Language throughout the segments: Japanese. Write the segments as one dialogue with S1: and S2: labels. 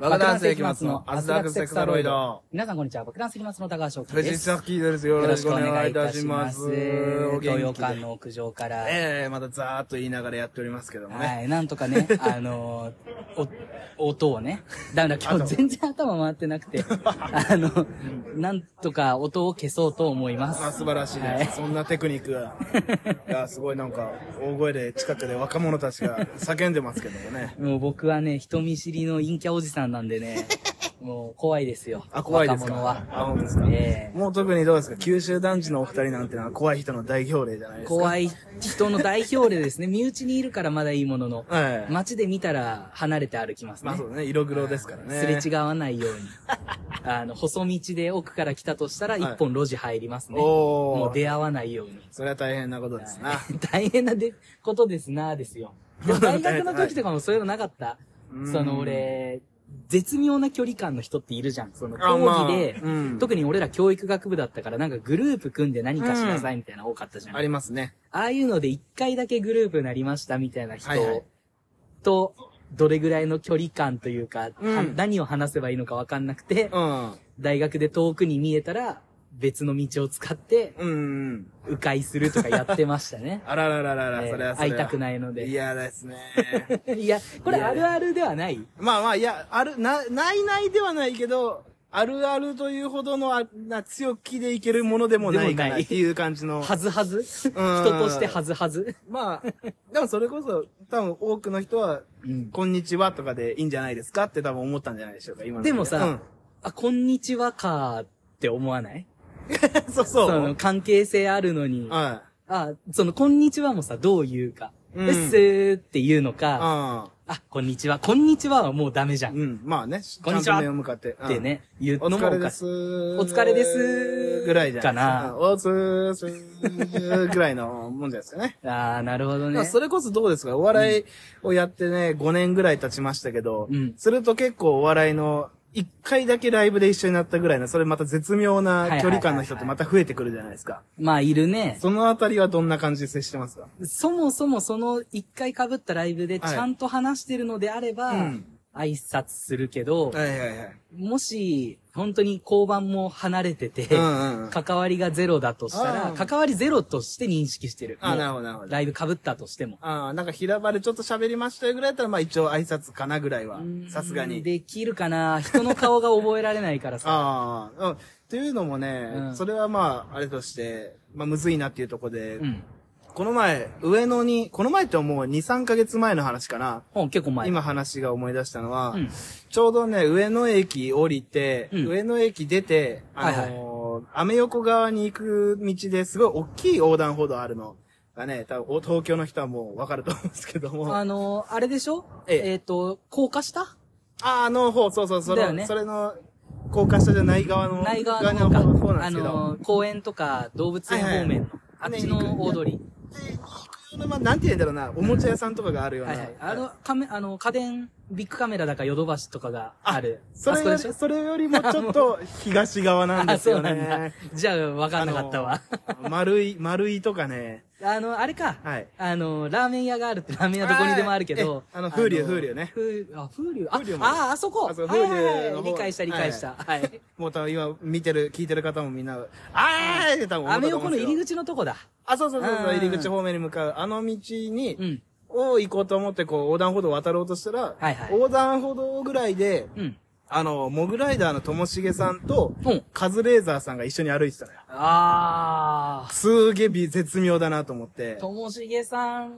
S1: 爆弾世紀末のアズダクセクサロイド。
S2: 皆さんこんにちは。爆弾すぎますの高橋
S1: プ
S2: 奥
S1: レジ
S2: で
S1: ン
S2: す。
S1: サッキーです。よろしくお願いいたします。お元気で
S2: 東洋館の屋上から。
S1: ええまたざーっと言いながらやっておりますけどもね。
S2: はい、なんとかね、あのーお、音をね。ダメだ、
S1: あ
S2: 今日
S1: と
S2: 全然頭回ってなくて。あの、なんとか音を消そうと思いま
S1: あ
S2: す。
S1: 素晴らしいです、
S2: はい
S1: そんなテクニックが。いや、すごいなんか、大声で近くで若者た ちが叫んでますけどもね。
S2: もう僕はね、人見知りの陰キャおじさんなんでね、もう怖いですよ。
S1: あ、怖いですか
S2: 若者は。
S1: あ、本当ですか、
S2: ええ
S1: もう特にどうですか九州男児のお二人なんてのは怖い人の代表例じゃないですか。い。
S2: 怖い人の代表例ですね。身内にいるからまだいいものの。
S1: はい。ま
S2: 街で見たら離れて歩きますね。
S1: あそうね、色黒ですからね。
S2: すれ違わない ように。あの、細道で奥から来たとしたら
S1: はい
S2: 一本路地入りますね。
S1: おー。
S2: もう出会わないように。
S1: それは大変なことですな。
S2: 大変なでことですな、ですよ。 でも大学の時とかもそういうのなかった。
S1: うん
S2: その俺、絶妙な距離感の人っているじゃん。その
S1: あ
S2: 講義で、
S1: まあうん
S2: 特に俺ら教育学部だったからなんかグループ組んで何かしなさいみたいなの多かったじゃん。
S1: ありますね。
S2: ああいうので一回だけグループになりましたみたいな人
S1: はいはい
S2: と、どれぐらいの距離感というか、
S1: うん
S2: は何を話せばいいのかわかんなくて、
S1: うん。
S2: 大学で遠くに見えたら、別の道を使って、
S1: うんうん。。
S2: 迂回するとかやってましたね
S1: あららららら、
S2: えー
S1: それはそれ
S2: 会い
S1: は
S2: たくないので
S1: 嫌ですね。
S2: いや、これあるあるではない。
S1: まあまあ、いや、ある、な、ないないではないけど、あるあるというほどのあな強気でいけるものでもないか
S2: でも
S1: な
S2: ない
S1: っていう感じの。
S2: はずはず。人としてはずはず。
S1: まあ、でもそれこそ、多分多くの人は、
S2: うん
S1: こんにちはとかでいいんじゃないですかって多分思ったんじゃないでしょうか、今の
S2: でもさ、
S1: うん
S2: あ、こんにちはかーって思わない
S1: そうそう。
S2: その関係性あるのに、
S1: は
S2: あ、そのこんにちはもさ、どう言うか。
S1: うん
S2: うっすーって言うの
S1: い。
S2: か、
S1: うん。
S2: あ、こんにちは。こんにちははもうダメじゃん。
S1: うん。まあね。
S2: こんにちは
S1: ちゃと面を向かって。うん
S2: ってね、言う
S1: お
S2: のも
S1: 疲
S2: お
S1: れ
S2: か
S1: で
S2: し
S1: す。
S2: い。
S1: お
S2: 疲れです
S1: ぐらいじゃ
S2: かな
S1: うんおつーすーぐらいのもんじゃないですかね。
S2: ああ、なるほど
S1: まあ
S2: ね。
S1: それこそどうですかお笑いをやってね、5年ぐらい経ちましたけど、
S2: うん
S1: すると結構お笑いの、1回だけライブで一緒になったぐらいの、それまた絶妙な距離感の人ってまた増えてくるじゃないですか。
S2: まあ、いるね。
S1: そのあたりはどんな感じで接してますか
S2: そもそもその一回被ったライブでち
S1: はい
S2: ゃんと話してるのであれば、
S1: うん
S2: 挨拶するけど、
S1: はいはいはい。
S2: もし、本当に交番も離れてて、
S1: うんうんうん。
S2: 関わりがゼロだとしたら、
S1: あー
S2: 関わりゼロとして認識してる。
S1: あ、
S2: もう
S1: なるほどなるほど。
S2: ライブ被ったとしても。
S1: ああ、なんか平場でちょっと喋りましたよぐらいだったら、まあ一応挨拶かなぐらいは、さすがに。
S2: できるかな人の顔が覚えられないからさ。
S1: ああ、うん。というのもね、
S2: うん
S1: それはまあ、あれとして、まあ、むずいなっていうとこで、
S2: うん。
S1: この前、上野に、この前ってもう2、3ヶ月前の話かな。
S2: ほん、結構前。
S1: 今話が思い出したのは、
S2: うん
S1: ちょうどね、上野駅降りて、
S2: うん
S1: 上野駅出て、あのー
S2: はい
S1: アメ横側に行く道ですごい大きい横断歩道あるのがね、多分お東京の人はもうわかると思うんですけども。
S2: あのーあれでしょ
S1: え
S2: え
S1: え
S2: っ、と、高架下
S1: あ、あの方、そうそう、そ
S2: だよ
S1: の、
S2: ね
S1: それの、高架下じゃない側の、
S2: 内側の方
S1: 側の方
S2: か。
S1: な
S2: あ
S1: んですけど。
S2: のー公園とか動物園方面の、
S1: はいはい
S2: あっちの大通り。
S1: まあ、なんて言うんだろうな、おもちゃ屋さんとかがあるよう
S2: は
S1: な。
S2: いはい。あの、カメ、あの、家電、ビッグカメラだかヨドバシとかがある。
S1: それ
S2: こ
S1: よ
S2: で
S1: り
S2: しょ
S1: それよりもちょっと東側なんで
S2: あ、
S1: す
S2: そ
S1: よ
S2: うなんだ
S1: ね。。
S2: じゃあ、わかんなかったわ。
S1: あの。 丸い、丸いとかね。
S2: あの、あれか。
S1: はい
S2: あの、ラーメン屋があるって、ラーメン屋どこにでもあるけど。
S1: あええあの風流風流ね
S2: 風あ、風流。あ、
S1: 風流もある
S2: あ、あそこ。
S1: あそう
S2: はいはいはい
S1: 風流の方
S2: 理解した、理解した。はい。
S1: もう多分今見てる、聞いてる方もみんな、あーって多分思
S2: ア
S1: った
S2: メ
S1: と思
S2: 横
S1: うん
S2: の
S1: ですけど
S2: 入り口のとこだ。
S1: あ、そうそうそうそう、
S2: うん
S1: 入り口方面に向かう。あの道に、
S2: うん。
S1: を行こうと思って、こう、横断歩道を渡ろうとしたら、
S2: はいはい
S1: 横断歩道ぐらいで、
S2: うん。
S1: あの、モグライダーのともしげさんと、
S2: うん
S1: カズレーザーさんが一緒に歩いてたのよ。
S2: あ
S1: すーげえ美絶妙だなと思って
S2: ー。。ともしげさん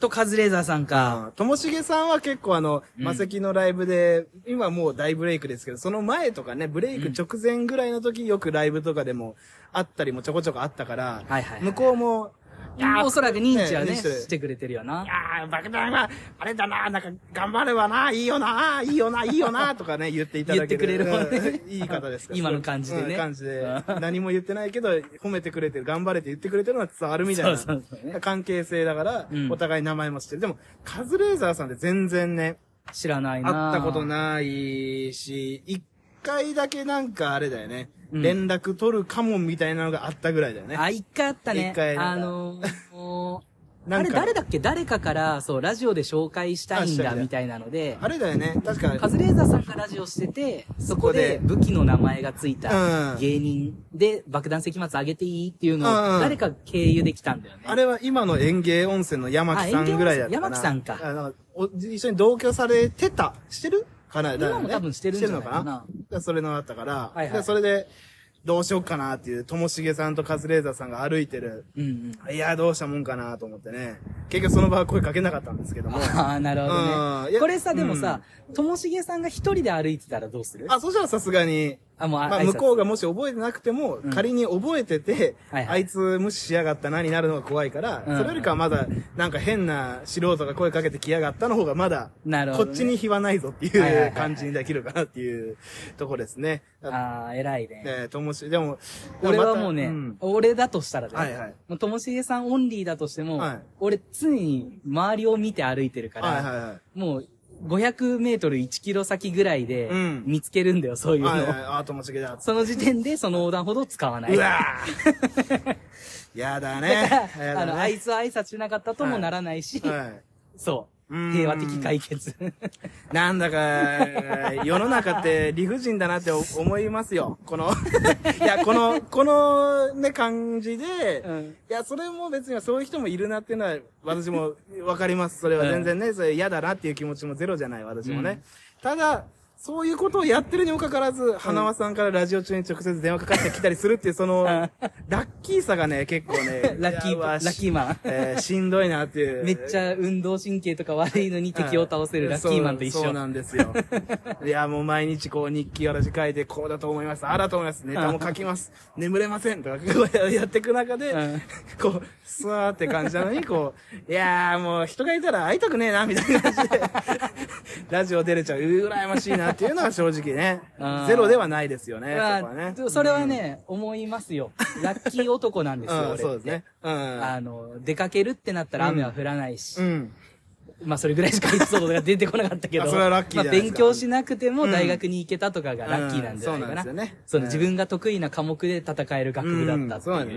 S2: とカズレーザーさんか。
S1: あともしげさんは結構あの、
S2: うん
S1: マセキのライブで、今もう大ブレイクですけど、その前とかね、ブレイク直前ぐらいの時よくライブとかでもあったりもちょこちょこあったから、
S2: はいはいはい
S1: 向こうも、いやー
S2: おそらく認知はね、
S1: ね認知してる
S2: してくれてるよな。
S1: ああ、爆弾は、あれだな、なんか、頑張ればな、いいよな、いいよな、いいよ な、とかね、言っていただけ
S2: 言ってくれるもんね
S1: うんいい方ですから
S2: 今の感じで
S1: う
S2: ね
S1: ん感じで
S2: う。ん
S1: 何も言ってないけど、褒めてくれてる、頑張れって言ってくれてるのは伝わるみたいな。
S2: そうそうそうね
S1: 関係性だから、
S2: うん
S1: お互い名前も知ってる。でも、カズレーザーさんって全然ね、
S2: 知らないな。
S1: 会ったことないし、一回だけなんかあれだよね、
S2: うん
S1: 連絡取るかもみたいなのがあったぐらいだよね。
S2: あ、一回あったね。
S1: 一回なんか
S2: あのー、
S1: な
S2: あ
S1: んか
S2: れ誰だっけ誰かから、そう、ラジオで紹介したいん
S1: あしたい
S2: だ、
S1: ね
S2: みたいなので、
S1: あれだよね。確か
S2: カズレーザーさんがラジオしてて、そこで武器の名前がついた
S1: うん
S2: 芸人で爆弾石松上げていいっていうの
S1: うんう
S2: を
S1: ん
S2: 誰か経由できたんだよね。
S1: あれは今の園芸温泉の山木さんぐらいだったかな。
S2: あ園芸温泉山木さんか
S1: あなんかお一緒に同居されてた。してるかなだよ
S2: 今も多分してるんじゃない
S1: して
S2: か
S1: るのか
S2: な。
S1: なそれのあったから、
S2: はいはい
S1: でそれで、どうしようかなっていう、ともしげさんとカズレーザーさんが歩いてる。
S2: うんうん。
S1: いや、どうしたもんかなと思ってね。結局その場は声かけなかったんですけども。
S2: ああ、なるほど
S1: うんい
S2: ね。
S1: や
S2: これさ、でもさ、ともしげさんが一人で歩いてたらどうする
S1: あ、そしたらさすがに、
S2: あ、もう、
S1: まあ、
S2: 挨拶
S1: 向こうがもし覚えてなくても、
S2: うん
S1: 仮に覚えてて、
S2: はいはい
S1: あいつ無視しやがったなになるのが怖いから、
S2: うん
S1: それよりかはまだ、なんか変な素人が声かけてきやがったの方がまだ、
S2: なるほど
S1: こ
S2: ね
S1: っちに非はないぞって
S2: はいはいは
S1: いう
S2: いはい
S1: 感じにできるかなっていうとこですね。
S2: ああ、偉いね。
S1: えーともし、でも、
S2: 俺は
S1: また
S2: もうね
S1: ん、
S2: 俺だとしたら
S1: はいは
S2: ね
S1: い、
S2: もうともしげさんオンリーだとしても
S1: はい、
S2: 俺常に周りを見て歩いてるか
S1: はいはい
S2: ら、
S1: はい。
S2: もう、500メートル1キロ先ぐらいで
S1: うん
S2: 見つけるんだよ、そういう
S1: はいはい
S2: のを。
S1: あー、ともしげ だ。。
S2: その時点でその横断歩道を使わないう
S1: わーやだ
S2: だ
S1: ね
S2: か。
S1: や
S2: ら、あ
S1: だ
S2: の、あいつは挨拶しなかったともならないし、
S1: はい。
S2: そう
S1: う。ん
S2: 平和的解決。
S1: なんだか、世の中って理不尽だなってお思いますよ。この、 いや、この、このね、感じで、
S2: うん、
S1: いや、それも別にそういう人もいるなっていうのは、私もわかります。それは全然ね、それ嫌だなっていう気持ちもゼロじゃない、私もね。ただ、そういうことをやってるにもかかわらず、花輪さんからラジオ中に直接電話かかってきたりするっていう、その、ラッキーさがね、結構ね
S2: ラッキー
S1: いやわし
S2: ラッキーマン
S1: えーしんどいなっていう。
S2: めっちゃ運動神経とか悪いのに敵を倒せるラッキーマンと一
S1: そうそう
S2: 緒。
S1: なんです よ。いや、もう毎日こう日記私書いて、こうだと思います、ああだと思います、ネタも書きます、眠れませんとかこうやっていく中で、
S2: うん
S1: こう、スワーって感じなのに、こう、いやーもう人がいたら会いたくねえな、みたいな感 じで、ラジオ出れちゃう、羨ましいなっていうのは正直ね
S2: あー、
S1: ゼロではないですよね、そこは
S2: ま
S1: ね。
S2: あ、それはね、思いますよ。ラッキー男なんですよ、
S1: う
S2: 俺っ
S1: ん、
S2: て。
S1: そうですね。うん。
S2: あの、出かけるってなったら雨は降らないし
S1: う、ん。
S2: まあそれぐらいしかエピソードが出てこなかったけ ど、
S1: あそれはラッキーじゃないですか
S2: まあ勉強しなくても大学に行けたとかがラッキーなんじゃないかな。
S1: うんそうなんですよね
S2: の自分が得意な科目で戦える学部だったってい
S1: うん、そ
S2: う。
S1: うなんです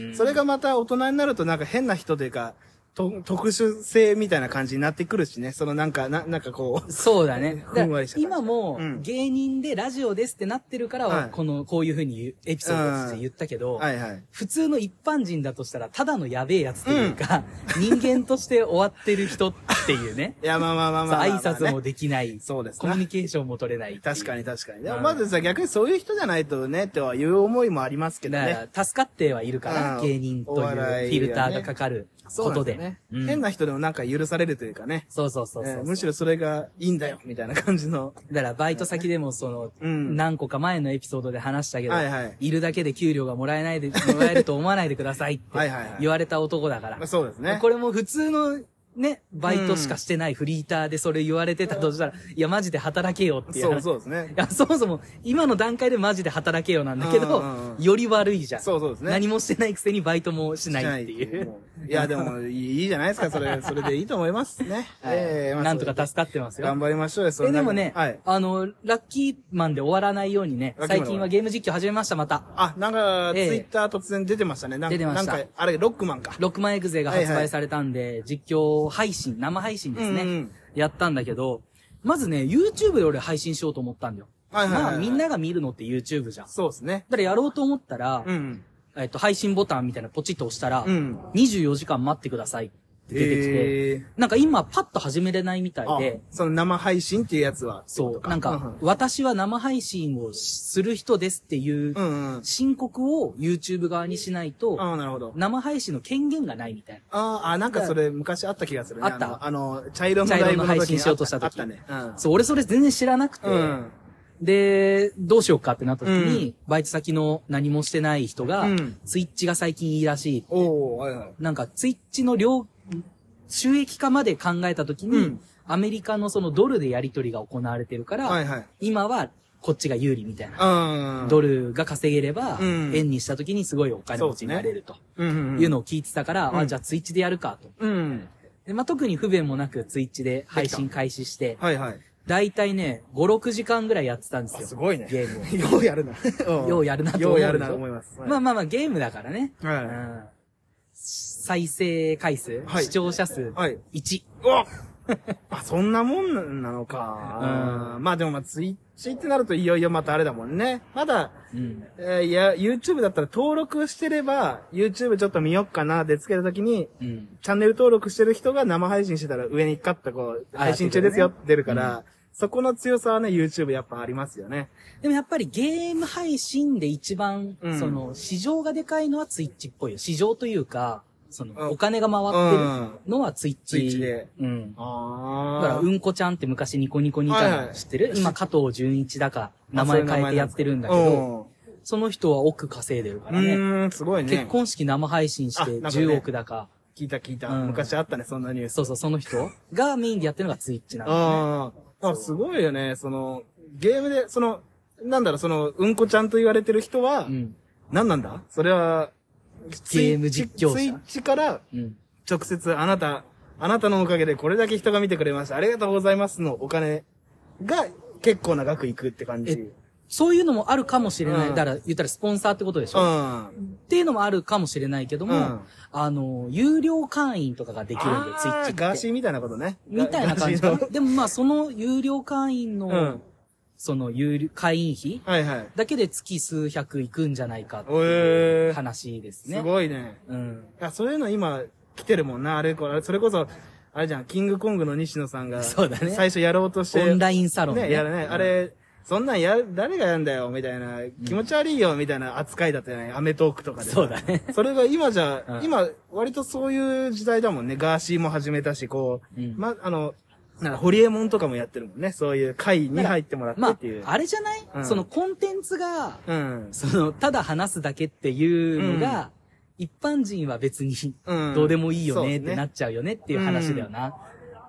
S1: ね、それがまた大人になるとなんか変な人というか、と特殊性みたいな感じになってくるしね。そのなんか、ななんかこう。
S2: そうだね。
S1: ふんわりした感じ
S2: 今も
S1: うん
S2: 芸人でラジオですってなってるから、
S1: はい
S2: この、こういうふうに言うエピソードとして言ったけど、
S1: はいはい。。
S2: 普通の一般人だとしたら、ただのやべえやつというか、人間として終わってる人っていうね
S1: いや、まあ まあまあ
S2: そう
S1: まあまあ、
S2: 挨拶も
S1: ね、
S2: できない。
S1: そうです
S2: コ
S1: ね
S2: ミュニケーションも取れない。
S1: 確かに確かに。で
S2: う
S1: も
S2: ん
S1: まずさ、逆にそういう人じゃないとね、とはいう思いもありますけどね。
S2: だから、助かってはいるから、
S1: うん
S2: 芸人という
S1: お
S2: フ
S1: 笑い
S2: ィルターがかかる
S1: そう
S2: こ
S1: なん
S2: と
S1: です
S2: で。
S1: よね、
S2: うん
S1: 変な人でもなんか許されるというかね。
S2: そうそうそうそう
S1: えーむしろそれがいいんだよ、みたいな感じの。
S2: だから、バイト先でも、その、
S1: うん
S2: 何個か前のエピソードで話したけど、
S1: はいはい
S2: るだけで給料がもらえないで、もらえると思わないでくださいって
S1: はいはいはい
S2: 言われた男だから。
S1: まあそうですね。
S2: これも普通の、ね、バイトしかしてないフリーターでそれ言われてたとしたら、いや、マジで働けよっていう
S1: そう
S2: 話。
S1: そうですね
S2: い。や、そもそも、今の段階でマジで働けよなんだけ
S1: うんうん
S2: ど
S1: う、ん
S2: より悪いじゃん。
S1: そうそうですね
S2: 何もしてないくせにバイトもしないっていう。
S1: いや、でも、いいいいじゃないですか、それ、それでいいと思います ね。えーまあ
S2: なんとか助かってますよ
S1: 頑。張りましょうよ、そ
S2: え、
S1: んな
S2: で
S1: の
S2: もね、
S1: はい。
S2: あの、ラッキーマンで終わらないようにね
S1: ラ、ッキーマン
S2: 最近はゲーム実況始めました、また。
S1: あ、なんか、ツイ
S2: ええ
S1: ッター突然出てましたね。なんか
S2: 出てました
S1: なんか、あれ、ロックマンか。
S2: 6万エグゼが発売されたんで、実況配信、生配信ですね、
S1: うんうん
S2: やったんだけど、まずね、YouTube で俺配信しようと思ったんだよ。
S1: はいはいはいはい
S2: まあ、みんなが見るのって YouTube じゃん。だ
S1: そうですね。
S2: からやろうと思ったら、
S1: うん。
S2: えっと、配信ボタンみたいなポチッと押したら、
S1: うん
S2: 24時間待ってくださいって出てきて、
S1: えー
S2: なんか今パッと始めれないみたいで
S1: あ、その生配信っていうやつは。
S2: そう、なん
S1: うんう
S2: か
S1: ん、
S2: 私は生配信をする人ですっていう
S1: うんうん。
S2: 申告を YouTube 側にしないと、
S1: ああ、なるほど。
S2: 生配信の権限がないみたいな。
S1: あーあ、なんかそれ昔あった気がするね。
S2: あった
S1: のあの、茶色の
S2: 茶
S1: ラ
S2: 色
S1: イブの
S2: の
S1: 時に
S2: 配信しようとした時
S1: あったね。うん。
S2: そう、俺それ全然知らなくて、
S1: うん。
S2: で、どうしようかってなった時
S1: う
S2: に、バイト先の何もしてない人が、
S1: うん
S2: ツイッチが最近いいらしい。
S1: おー、はいはい。
S2: なんかツイッチの量、収益化まで考えた時に、
S1: うん
S2: アメリカのそのドルでやり取りが行われてるから、
S1: はいはい
S2: 今はこっちが有利みたいな。
S1: うん。
S2: ドルが稼げれば、
S1: うん
S2: 円にした時にすごいお金持ちになれると
S1: うんうんうん。
S2: いうのを聞いてたから、
S1: うん
S2: あ、じゃあツイッチでやるかと。
S1: うん。
S2: でまあ、特に不便もなくツイッチで配信開始して、
S1: はいはい。
S2: だいたいね、5、6時間ぐらいやってたんですよ。
S1: すごいね
S2: ゲームを。
S1: ようやるな。
S2: ようやるなと思うでし ょ
S1: ようやるなと思います。
S2: まあまあまあゲームだからね。
S1: はい
S2: うん再生回数、
S1: はい
S2: 視聴者数、
S1: はい
S2: 1。
S1: おあ、そんなもんなのか。まあでもまあ、ツイッチってなるといよいよまたあれだもんね。まだ、
S2: うん。
S1: えーいや、YouTube だったら登録してれば、YouTube ちょっと見よっかなでつけたときに、
S2: うん。
S1: チャンネル登録してる人が生配信してたら上にカッとこう、
S2: あー
S1: 配信中ですよ
S2: 出て
S1: 出るから、そこの強さはね、YouTube やっぱありますよね。
S2: でもやっぱりゲーム配信で一番、
S1: うん
S2: その、市場がでかいのはツイッチっぽいよ。市場というか、そ
S1: うん
S2: の、お金が回ってるのはツイッチ。
S1: Twitch で。
S2: うん。だから、
S1: あ
S2: うんこちゃんって昔ニコニコにいた
S1: はい
S2: の
S1: はい
S2: 知ってる、今、加藤純一だか、
S1: あ
S2: 名前変えてやってるんだけ
S1: そういう名
S2: ど、
S1: 前なんです
S2: その人は億稼いでるか
S1: う
S2: ら
S1: ん
S2: ね。
S1: うーん、すごいね。
S2: 結婚式生配信して
S1: あなんかね
S2: 10億だか、
S1: 聞いた聞いた。
S2: うん
S1: 昔あったね、そんなニュース。
S2: そうそう、その人がメインでやってるのがツイッチなの。
S1: ああ、あ、すごいよね。その、ゲームで、その、なんだろう、その、うんこちゃんと言われてる人は、
S2: うん。
S1: 何なんだそれは、
S2: ゲーム実況者
S1: ツイッチから
S2: うん。
S1: 直接あなた、あなたのおかげでこれだけ人が見てくれました。ありがとうございますのお金が結構な額いくって感じ。
S2: え
S1: うん。
S2: そういうのもあるかもしれない。
S1: うん
S2: だから、言ったらスポンサーってことでしょ、
S1: あ
S2: っていうのもあるかもしれないけども、
S1: うん
S2: あの、有料会員とかができるんで、ツイッ
S1: ー
S2: チって。
S1: ガーシーみたいなことね。
S2: みたいな感じか
S1: ガ
S2: な
S1: ーシー
S2: でもまあ、その有料会員の、
S1: のうん。
S2: その有料会員費
S1: はいはい。
S2: だけで月数百いくんじゃないかってい
S1: え
S2: う
S1: ー、
S2: 話ですね。
S1: すごいね。
S2: うん。
S1: いや、そういうの今、来てるもんな、あれ、これ、それこそ、あれじゃん、キングコングの西野さんが、
S2: そうだね
S1: 最初やろうとして、
S2: オンラインサロンね
S1: ね、やるね、あれ、そんなんや、誰がやんだよ、みたいな、気持ち悪いよ、みたいな扱いだったよね、アメトークとかで。
S2: そうだね。
S1: それが今じゃ、
S2: うん
S1: 今、割とそういう時代だもんね、ガーシーも始めたし、こう、
S2: うん
S1: ま、あの、なんか、ホリエモンとかもやってるもんね、そういう会に入ってもらって
S2: ま
S1: っ
S2: あ
S1: ていう。、
S2: あれじゃない、
S1: うん
S2: そのコンテンツが、
S1: うん。
S2: その、ただ話すだけっていうのが、一般人は別に、
S1: うん
S2: どうでもいいよねっ
S1: そうね
S2: てなっちゃうよねっていう話だよな。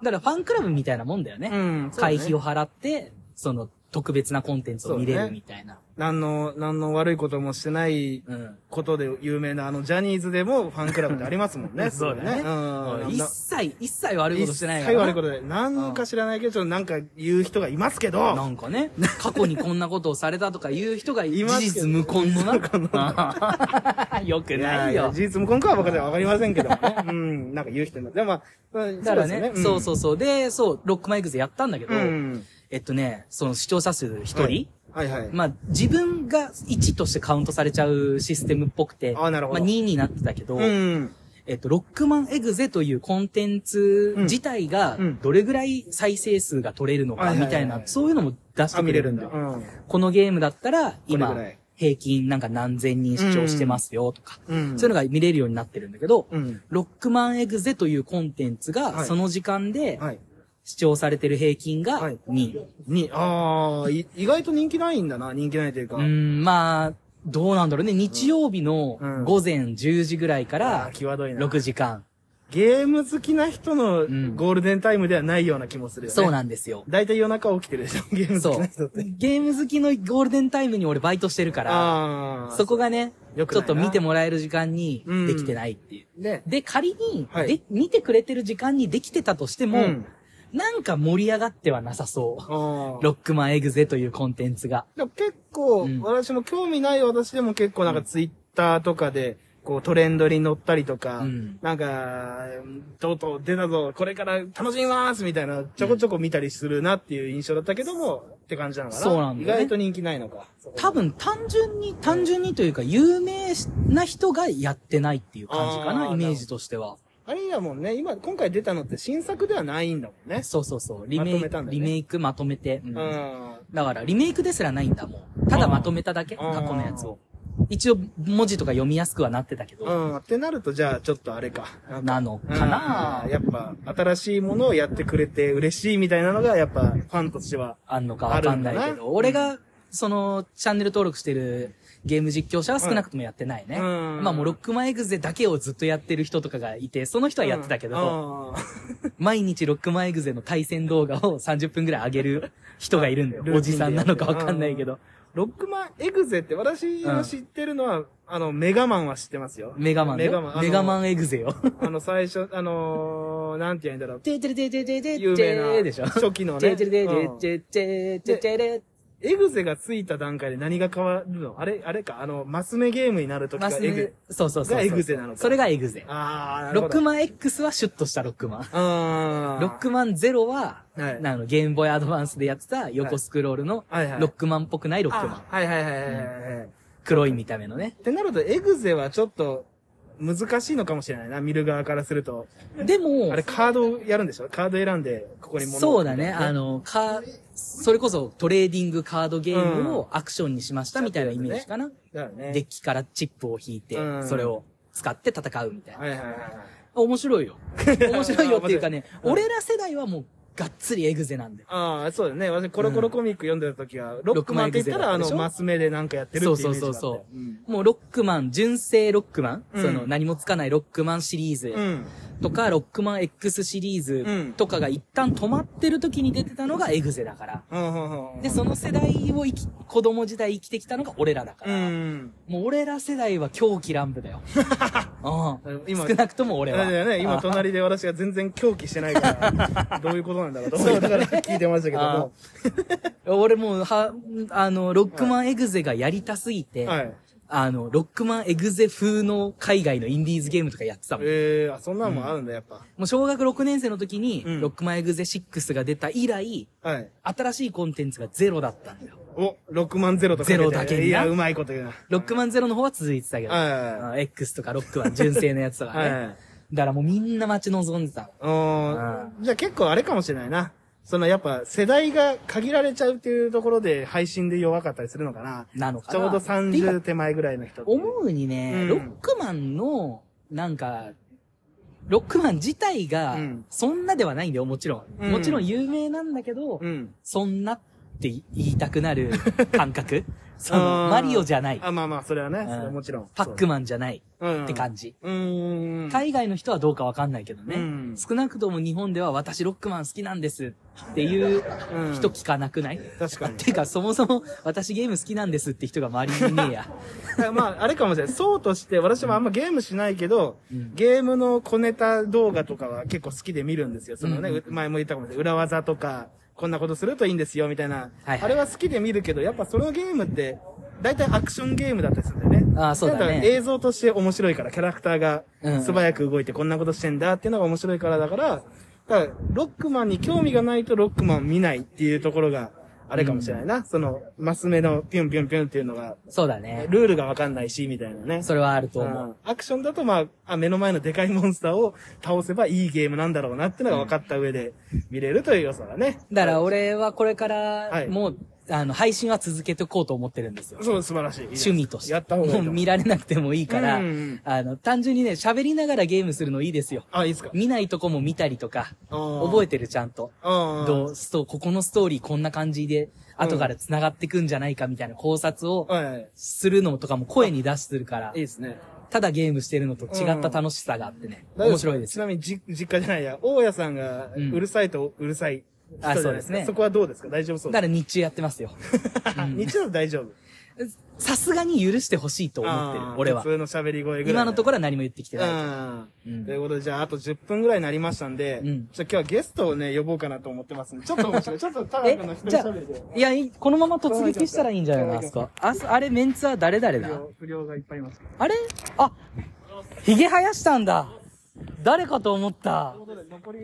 S2: だからファンクラブみたいなもんだよね。
S1: うんそうだね
S2: 会費を払って、その、特別なコンテンツを見れるみたいな。
S1: 何の、何の悪いこともしてない、
S2: うん。
S1: ことで有名なあのジャニーズでもファンクラブってありますも んね。
S2: そうだね。
S1: うん。
S2: 一切、一切悪いことしてない
S1: 一
S2: から
S1: 切
S2: な
S1: 悪いことで。なんか知らないけど、ちょっとなんか言う人がいますけ
S2: な
S1: ど、
S2: んかね、過去にこんなことをされたとか言う人が
S1: い
S2: 事
S1: ますけど
S2: 実無根の な。よくない
S1: や
S2: よ
S1: や事。実無根かは僕はわかりませんけどね。うん。なんか言う人いますでもまあ、うん
S2: だからね、そう
S1: う
S2: そうそう。で、そう、ロックマイクズやったんだけ
S1: ですよ
S2: ど
S1: ね。、うん。
S2: えっとね、その視聴者数一人、
S1: はいはいはい。
S2: まあ、自分が1としてカウントされちゃうシステムっぽくて、
S1: あなるほど
S2: まあ2になってたけど、
S1: うん。
S2: えっと、ロックマンエグゼというコンテンツ自体が
S1: うん、
S2: どれぐらい再生数が取れるの
S1: はい
S2: か
S1: はいはい
S2: みたいな、そういうのも出して
S1: あ、
S2: く
S1: 見
S2: れ
S1: れ
S2: る
S1: る
S2: ん
S1: ん
S2: だ
S1: だ。
S2: よ。
S1: うん。
S2: このゲームだったら、
S1: こ
S2: 今
S1: れぐらい、
S2: 平均なんか何千人視聴してますよとか、
S1: うん。
S2: そういうのが見れるようになってるんだけど、
S1: うん。
S2: ロックマンエグゼというコンテンツが、
S1: はい
S2: その時間で
S1: はい。
S2: 視聴されてる平均が
S1: は
S2: 2
S1: いに、ああ、い意外と人気ないんだな、人気ないというか。
S2: うーん、まあ、どうなんだろうね。日曜日の
S1: うん
S2: 午前10時ぐらいか
S1: あ
S2: ら
S1: ー、際どいな。
S2: 6時間。
S1: ゲーム好きな人の
S2: ん
S1: ゴールデンタイムではないような気もするよね。
S2: そうなんですよ。
S1: 大体夜中起きてるでしょ、ゲーム好
S2: そ
S1: き
S2: う
S1: な人っ。て。
S2: ゲーム好きのゴールデンタイムに俺バイトしてるから、
S1: あ
S2: そこがね、ちょ
S1: よ
S2: っ
S1: くないな
S2: と見てもらえる時間に
S1: うん
S2: できてないっていう。
S1: ね。
S2: で、仮に、
S1: はい
S2: で、見てくれてる時間にできてたとしても、
S1: うん
S2: なんか盛り上がってはなさそう。
S1: ああ。
S2: ロックマンエグゼというコンテンツが。
S1: でも結構、
S2: うん
S1: 私も興味ない私でも結構なんかツイッターとかで、こうトレンドに乗ったりとか、
S2: うん
S1: なんか、とうとう出たぞ、これから楽しみますみたいな、ちょこちょこ見たりするなっていう印象だったけども、って感じなのかな。
S2: そうなんだ
S1: 意
S2: よね
S1: 外と人気ないのか。そこ
S2: 多分単純に、単純にというか、有名な人がやってないっていう感じか
S1: あ
S2: な、
S1: ー
S2: イメージとしては。
S1: あれだもんね、今、今回出たのって新作ではないんだもんね。
S2: そうそうそう。リメイ
S1: まとめ
S2: ク、
S1: たんだね
S2: リメイクまとめて、うん
S1: うん。
S2: だから、リメイクですらないんだもん。ただまとめただけ
S1: あー
S2: 過去のやつを。一応、文字とか読みやすくはなってたけ
S1: う
S2: ど、
S1: ん。ってなると、じゃあ、ちょっとあれか。
S2: なのかな
S1: うんやっぱ、新しいものをやってくれて嬉しいみたいなのが、やっぱ、ファンとしては。
S2: あんのかわかんない
S1: ある
S2: け
S1: んだな
S2: ど、俺が、その、チャンネル登録してるゲーム実況者は少なくともやってないね。
S1: うん
S2: まあもう、ロックマンエグゼだけをずっとやってる人とかがいて、その人はやってたけど、毎日ロックマンエグゼの対戦動画を30分くらい上げる人がいるんだよ。
S1: ルーティンで
S2: おじさんなのかわかんないけど、
S1: ロックマンエグゼって、私の知ってるのは、あの、メガマンは知ってますよ。
S2: メガマンね
S1: メガマン。。
S2: メガマ
S1: ン。
S2: ンエグゼよ。
S1: あの、最初、あのー、なんて言うんだろう。
S2: ててててててて
S1: 有名な
S2: でしょ。
S1: 初期のね
S2: てててててててててて
S1: エグゼがついた段階で何が変わるのあれ、あれか、あの、マス目ゲームになるとき
S2: マ
S1: が
S2: ス
S1: エグ。
S2: そうそうそうそう。
S1: がエグゼなのか
S2: それがエグゼ。
S1: あー、なる
S2: ロ
S1: ほ
S2: ック
S1: ど。
S2: マン X はシュッとしたロックマン。
S1: あー。
S2: ロックマンゼロは、
S1: はい
S2: あの、ゲームボーイアドバンスでやってた横スクロールの
S1: はいはい
S2: ロックマンっぽくないロックマン。
S1: あはいはいはいはいはいはい。
S2: 黒い見た目のね
S1: っ。てなると、エグゼはちょっと、難しいのかもしれないな、見る側からすると。
S2: でも
S1: あ、れ、カードやるんでしょカード選んで、ここに物を
S2: そうだね、あの、か、それこそトレーディングカードゲームをアクションにしましたみたいなイメージかな。
S1: だよね。
S2: デッキからチップを引いて
S1: う、ん
S2: それを使って戦うみたいな。
S1: はいはいはいはい。、
S2: 面白いよ。面白いよっていうかね
S1: うん
S2: 俺ら世代はもうがっつりエグゼなんだよ。
S1: ああ、そうだね。私、コロコロコミック読んでた時は、ロックマンって言ったら、あ
S2: ロックマンエグ
S1: の
S2: ゼだったでし、ょ
S1: マス目でなんかやってるってい
S2: そうう
S1: イメ
S2: そ
S1: ー
S2: う
S1: ジだ
S2: そ
S1: っ
S2: う
S1: た
S2: そ
S1: うん
S2: う。もうロックマン、純正ロックマン、
S1: うん
S2: その何もつかないロックマンシリーズ
S1: うん。
S2: とか、ロックマン X シリー
S1: うん
S2: ズとかが一旦止まってる時に出てたのがエグゼだから。
S1: うんうんうん。
S2: で、その世代を生き、子供時代生きてきたのが俺らだか
S1: う
S2: ら。
S1: ん。
S2: もう俺ら世代は狂気乱舞 だよ。うん。
S1: 今
S2: 少なくとも俺
S1: あ
S2: は。
S1: れだよね、今隣で私が全然狂気してない から、どういうことなんだろうと思いながら聞いてましたけども。
S2: 俺もう、は、あの、ロックマンエグゼがやりたすぎて、
S1: はい。
S2: あの、ロックマンエグゼ風の海外のインディーズゲームとかやってたもん。
S1: ええあ、そんなのもあるんだ、やっぱ。
S2: もう小学6年生の時に、
S1: うん
S2: ロックマンエグゼ6が出た以来、
S1: はい。
S2: 新しいコンテンツがゼロだったんだよ。
S1: お、6万0とかけて
S2: ゼロだけにない
S1: や、うまいこと言うな。
S2: ロックマンゼロの方は続いてたけど、
S1: はいはいは
S2: あ X とかロックマン純正のやつとかね。
S1: はいはい
S2: だからもうみんな待ち望んでた。
S1: うーん。じゃあ結構あれかもしれないな。そのやっぱ世代が限られちゃうっていうところで配信で弱かったりするのかな。
S2: なのかな
S1: ちょうど
S2: っていう
S1: 30手前ぐらいの人って。
S2: 思うにね、
S1: うん
S2: ロックマンの、なんか、ロックマン自体が
S1: うん、
S2: そんなではないんだよ、もちろん。
S1: うん
S2: もちろん有名なんだけど、
S1: うん。
S2: そんなって言いたくな る感覚そ
S1: あ
S2: の、
S1: ー
S2: マリオじゃない。
S1: あ、まあまあ、それはね、
S2: ん
S1: それはもちろん。
S2: パックマンじゃない
S1: マン
S2: って感じ。
S1: うーん。
S2: 海外の人はどうかわかんないけどね、
S1: うん
S2: 少なくとも日本では私ロックマン好きなんですっていう
S1: うん
S2: 人聞かなくない、
S1: 確かに
S2: てか、そもそも私ゲーム好きなんですって人が周りにいね えや。
S1: あまあ、あれかもしれない。そうとして、私もあんまゲームしないけど、
S2: うん
S1: ゲームの小ネタ動画とかは結構好きで見るんですよ。そのね、
S2: うん
S1: う前も言ったかもしれない。裏技とか、こんなことするといいんですよ、みたいな。
S2: はいはい
S1: あれは好きで見るけど、やっぱそのゲームって、大体アクションゲームだったりするんだよね。
S2: あーそうだね
S1: なんか映像として面白いから、キャラクターが
S2: うん
S1: 素早く動いてこんなことしてんだっていうのが面白いからだから、だから、ロックマンに興味がないとロックマン見ないっていうところが、あれかもしれないな。その、マス目のピュンピュンピュンっていうのが、
S2: そうだね。
S1: ルールがわかんないし、みたいなね。
S2: それはあると思う。
S1: んアクションだと、まあ、あ目の前のでかいモンスターを倒せばいいゲームなんだろうなってのが分かった上で見れるという良さだね。
S2: だから俺はこれか
S1: は
S2: ら
S1: い
S2: もう、あの、配信は続けていこうと思ってるんですよ。
S1: そう、素晴らしい。
S2: 趣味として。
S1: やった方がいいと
S2: も
S1: 思
S2: う
S1: う。
S2: 見られなくてもいいから、
S1: うんうん
S2: あの、単純にね、喋りながらゲームするのいいですよ。
S1: あ、いいっすか。
S2: 見ないとこも見たりとか、覚
S1: 覚
S2: えてるちゃんと。
S1: あ
S2: どう、スト、ここのストーリーこんな感じで、後から繋がってくんじゃないかみたいな考察を
S1: うはい。
S2: するのとかも声に出してるから
S1: いい、ですね。
S2: ただゲームしてるのと違った楽しさがあってね、面白いです
S1: ち
S2: よ。
S1: なみに、じ、実家じゃないや、大家さんが、
S2: うん
S1: うるさいとうるさい人じゃないか。
S2: あそうですね
S1: そこはどうですか大丈夫そう
S2: だ
S1: です
S2: から日中やってま すよ。
S1: か日曜大丈夫。
S2: さすがに許してほしいと思ってる
S1: あ、ー
S2: 俺は
S1: 普。通の喋り声ぐらい。
S2: 今のところは何も言ってきてな
S1: う。
S2: い。うんん
S1: ということで、じゃあ、あと10分ぐらいになりましたんで、
S2: うん
S1: じゃあ今日はゲストをね、呼ぼうかなと思ってますんで、ちょっと面 白い。ちょっと、タラ
S2: え
S1: 君の一、人
S2: じゃ
S1: 喋りで。
S2: あ、いや、いこのまま突撃したらいいんじゃないですか。あ、そあれ、メンツは誰々
S1: 不
S2: だ
S1: 良、不良がいっぱいいます。
S2: あれあ、ヒゲ生やしたんだ。誰かと思った
S1: とい。うことで、残り、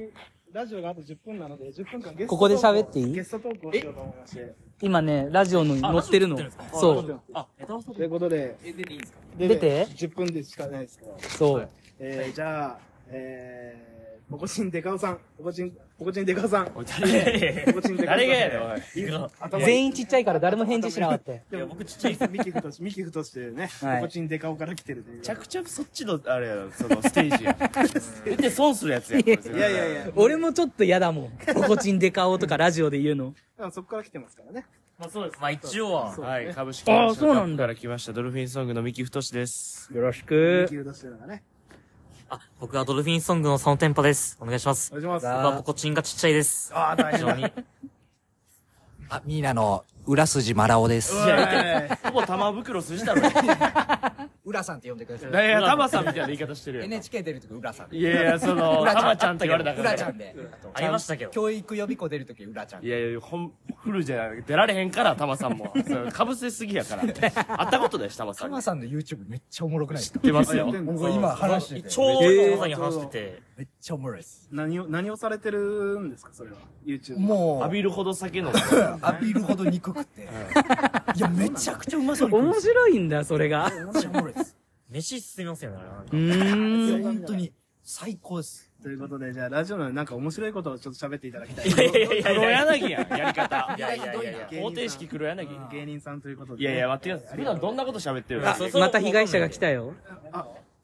S1: ラジオがあと10分なので、10分間ゲスト
S2: ここで喋っていい
S1: ゲストトークをしようと思いまして。
S2: 今ね、ラジオのに載ってるの。そう。
S3: あ、エタロスト
S1: ということで、出
S2: 出て
S1: ?10 分でしかないですから。
S2: そう。
S1: えー、じゃあ、えー、ポコチンデカオさん、ポコチン、ポコチンデカオさん、ポコチンデカオさん。
S3: 誰がやねん、おい。
S1: 頭
S2: 全員ちっちゃいから誰も返事しなかったよ。
S3: いや、僕ちっちゃい。
S1: ミキフトシ、ミキフトシというね、
S2: はい
S1: ポコチンデカオから来てるという。
S3: ちゃくちゃそっちの、あれやろ、そのステージや。出て損するやつや。い
S1: いやいやいや。、
S2: 俺もちょっと嫌だもん。ポコチンデカオとかラジオで言うの。
S1: でもそこから来てますからね。
S3: まあそうです。まあ一応は、はい、株式
S2: あーそうなんだ
S3: から来ました、ドルフィンソングの三木太志です。
S2: よろし
S1: ミ
S2: く
S1: キ。フトシというのがね。
S4: あ、僕はドルフィンソングのそのテンパです。お願いします
S1: お。願いし
S4: 僕
S1: ま
S4: はポコチンがちっちゃいです。
S1: ああ、大
S4: 非
S1: 変だ
S4: 常。に。
S5: あ、ミーナの、裏筋マラオです。
S3: いやいやいや、ほぼ玉袋筋だろ。
S6: 浦さんって呼んでください。
S3: いや、タマさんみたいな言い方してるやん。い
S6: NHK 出るとき浦さんで。
S3: やいや、その、タマちゃんって言われたから。
S6: 浦ちゃんで。
S4: ありましたけど。
S6: 教育予備校出るとき浦ちゃん
S3: い。やいや、ほん、フルじゃ出られへんから、タマさんも。それかぶせすぎやから。会ったことだよ、タマさんに。
S6: 浜さんの YouTube めっちゃおもろくないですか
S3: 出ますよ。
S6: 僕今話してて。
S4: ちょうど今まさに話してて、
S6: めっちゃおもろいです。
S1: 何を、何をされてるんですか、それは。YouTube。
S6: も
S3: 浴
S6: う、
S3: びるほど酒飲む。
S6: アピールほど憎くて。いや、めちゃくちゃうまそうに食うんで
S2: 面
S6: す
S2: 白いんだ、それが。
S6: よ。めっちゃおもろいです。
S4: 飯進みますよね、あれなん
S2: う
S4: か。
S6: いや、
S2: ーん。
S6: 本当に、最高です。
S1: ということで、じゃあ、ラジオのなんか面白いことをちょっと喋っていただきたい。
S3: 黒柳やん、やり方。
S4: いやいやいやいや。
S3: 方程式黒柳。
S1: 芸人さんということで。
S3: いやいや、待ってください。普段どんなこと喋ってる
S4: あ
S3: の
S4: そうそう
S2: また被害者が来たよ。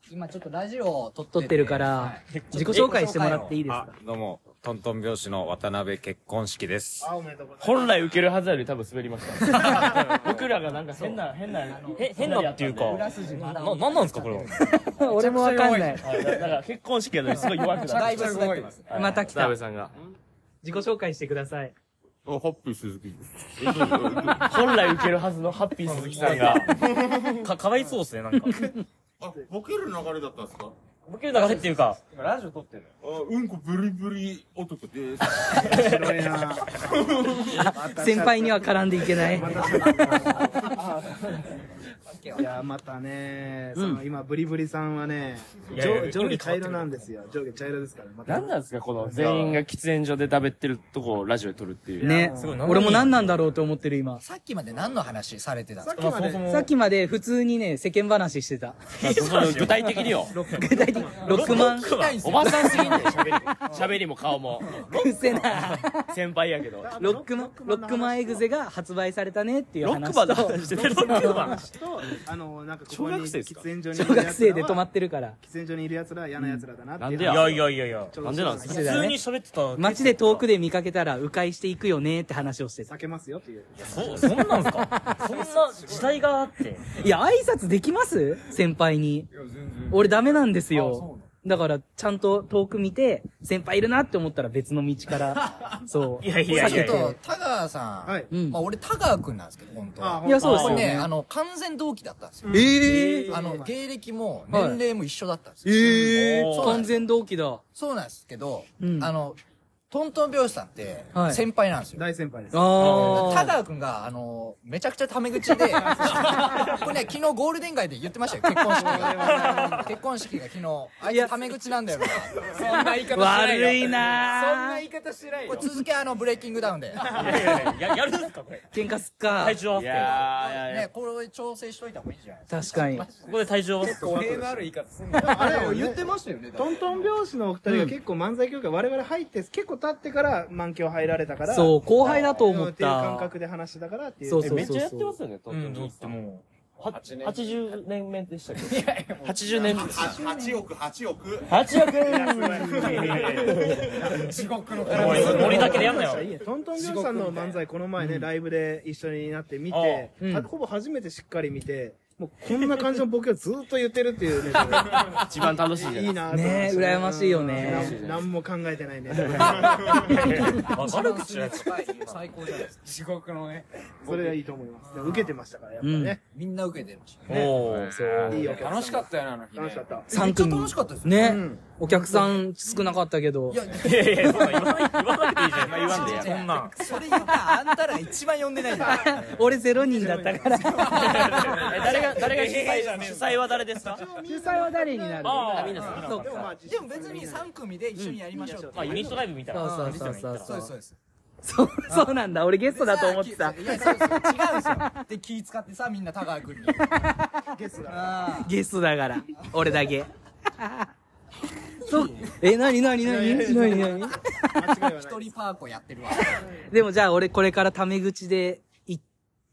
S6: 今ちょっとラジオを撮
S2: 撮ってるから、自己紹介してもらっていいです
S7: あ
S2: か、
S7: どうも、トントン拍子の渡辺結婚式です。
S1: あ、おめでとうございます。
S3: 本来受けるはずより多分滑りました。僕らがなんか変な、変な、
S4: へ、変だっていうか、な、な、なんなんですか、これは。
S2: 俺もわかんない。
S3: はいだから結婚式やのにすごい弱くな
S6: だ
S3: っ
S6: いぶ滑ってますね。
S3: た。
S2: また来た
S3: 澤部さんが。
S2: 自己紹介してください。
S3: 本来受けるはずのハッピー鈴木さんが。
S4: か、かわいそうですね、なんか。
S8: あ、ボケる流れだったんですか
S4: 僕の流れっていうか、
S3: ラジオ撮ってる
S8: あ、うんこブリブリ男です。
S1: 白いな
S2: 先輩には絡んでいけ ない。
S1: いや、またね、その今、ブリブリさんはね、
S4: いやいや
S1: 上上下茶色なんですよ。上下茶色ですから、また。
S3: 何なんですかこの全員が喫煙所で食べてるとこをラジオで撮るっていう。
S2: ね
S4: すごい。
S2: 俺も何なんだろうと思ってる今。
S6: さっきまで何の話されてたんです
S1: さっ
S6: か
S1: きまで、
S2: さっきまで普通にね、世間話してた。
S3: 具体的によ。
S2: 具体的 に、6万、
S6: 聞きたいんです
S3: お
S6: よ。
S3: ばさんすぎんね喋り。喋りも顔も。
S2: くせな。
S3: 先輩やけど。
S2: ロックマン、ロックマンエグゼが発売されたねっていう
S3: ロッ
S2: 話
S3: ク
S2: と
S3: バーの話してる。ロックバー。
S1: と、あの、なんかこ
S3: 小
S1: こに
S3: 学生です
S1: 喫
S3: か
S1: 煙所にい
S2: 小
S1: る奴ら
S2: 学生
S1: は
S2: で止まってるから。
S1: 喫煙所にいる奴らは嫌な奴らだなっていう。
S3: なんで
S4: い
S3: や
S4: やいやいやいや。
S1: ちょっ
S3: な
S1: と
S3: んでなんですか
S4: 普通に喋ってた。
S2: 街で遠くで見かけたら迂回していくよねって話をしてた。
S1: 避けますよっていう。
S4: そ、そんなんすかそんな時代があって。
S2: いや、挨拶できます先輩に。俺ダメなんですよ。だから、ちゃんと遠く見て、先輩いるなって思ったら別の道から、そう。
S4: いやい
S6: さ
S4: や
S6: っ
S4: いや
S6: き
S4: いや
S6: と。田川さん、
S1: はい
S2: うん
S6: まあ、俺田川くんなんですけど本当
S1: あ
S6: は。
S1: ほん
S2: いや、そうで
S6: こ
S2: す
S6: れ
S2: よ
S6: ね
S2: ね。
S6: あの完全同期だったんですよ。
S2: ええ
S6: あの芸歴も年齢も一緒だったんですよ。
S2: ええ
S6: そうなん
S2: 完
S6: です
S2: 全同期だ。
S6: そうなんですけど、
S2: うん
S6: あのトントン拍子さんって
S2: はい
S6: 先輩なんですよ。
S1: 大先輩です。
S2: あ
S6: 田
S2: あ。
S6: 川くんが、あの、めちゃくちゃタメ口で、これね、昨日ゴールデン街で言ってましたよ、結婚式が。結婚式が昨日、あいつタメ口なんだよな。そんな言い方しないよ。
S2: 悪いなー
S1: 言い方してない
S6: これ続きはあの、ブレイキングダウンで。
S4: や、やるんすかこれ。
S2: 喧嘩すっか
S4: 体。重合わ
S3: い
S4: せて。
S3: やーいやいや
S6: ね、これを調整しといた方がいいんじゃない
S2: 確かに。
S4: ここで体重合わせて。
S1: あれを言
S6: ってましたよね、
S1: トントン拍子のお二人が結構漫才協会我々入って結構経ってから満響入られたから。
S2: そう、後輩だと
S1: うん
S2: 思っ
S1: っていう感
S2: た。
S1: 覚で話してたからっていう。
S2: そうそうそう
S3: めっちゃやってますよね、
S4: うん、
S3: 東京の。
S4: も
S3: は80年目でしたけど。80年目でした。
S8: 8億、8億。
S3: 8億
S4: う、森だけでやんなよ。
S1: いやトントン拍子さんの漫才この前ね、ライブで一緒になって見て、
S2: ああうん
S1: はほぼ初めてしっかり見て、もうこんな感じのボケをずっと言ってるっていうね、
S3: 一番楽しいじゃない
S1: い
S3: で
S1: い
S3: すか。
S1: なぁと思って
S2: ねえ羨ましいよね
S1: うんなんも考えてないね。
S4: 悪口じゃないですか。
S6: 最高じゃないですか。
S1: それがいいと思います。でも受けてましたから、やっぱね。
S6: みんな受けてました。
S4: おー、そう。
S1: いいお客さん。楽しかったよな、あの楽しかった。
S2: 3
S6: めっちゃ
S2: 組
S6: 楽しかったです。
S2: ね
S1: うん。
S2: お客さん少なかったけど
S6: い。や、
S4: いやいや、そんなん言わない、言わなくていいじゃん。
S3: 言わんでや
S4: そんなん。
S6: それ言ったらあんたら一番呼んでないじゃん。
S2: 俺0人だったから。
S3: え誰が、誰が主催、主催は誰ですか
S2: 主催は誰になる
S4: ああ、みんなそんな。
S2: そう
S1: でもま
S2: か。
S1: あ、
S6: でも別に3組で一緒にやりましょうって。
S4: まあ、ユニットライブみたいな。
S2: そうそうそう
S6: そ
S2: そうう
S6: で
S2: そ
S6: す、そう
S2: う。
S6: です。
S2: そう、そうなんだ。俺ゲストだと思ってた
S6: で。さいや、そうそう違うんですよ。で、気使ってさ、みんな田川君に。
S1: ゲストだから
S6: あ
S2: ゲストだから。俺だけ。 そう。え、なになになになに
S1: 間
S2: なに
S1: 違い
S6: あ、
S1: はない
S6: 一。人パーコやってるわ。
S2: でもじゃあ俺これからタメ口で行っ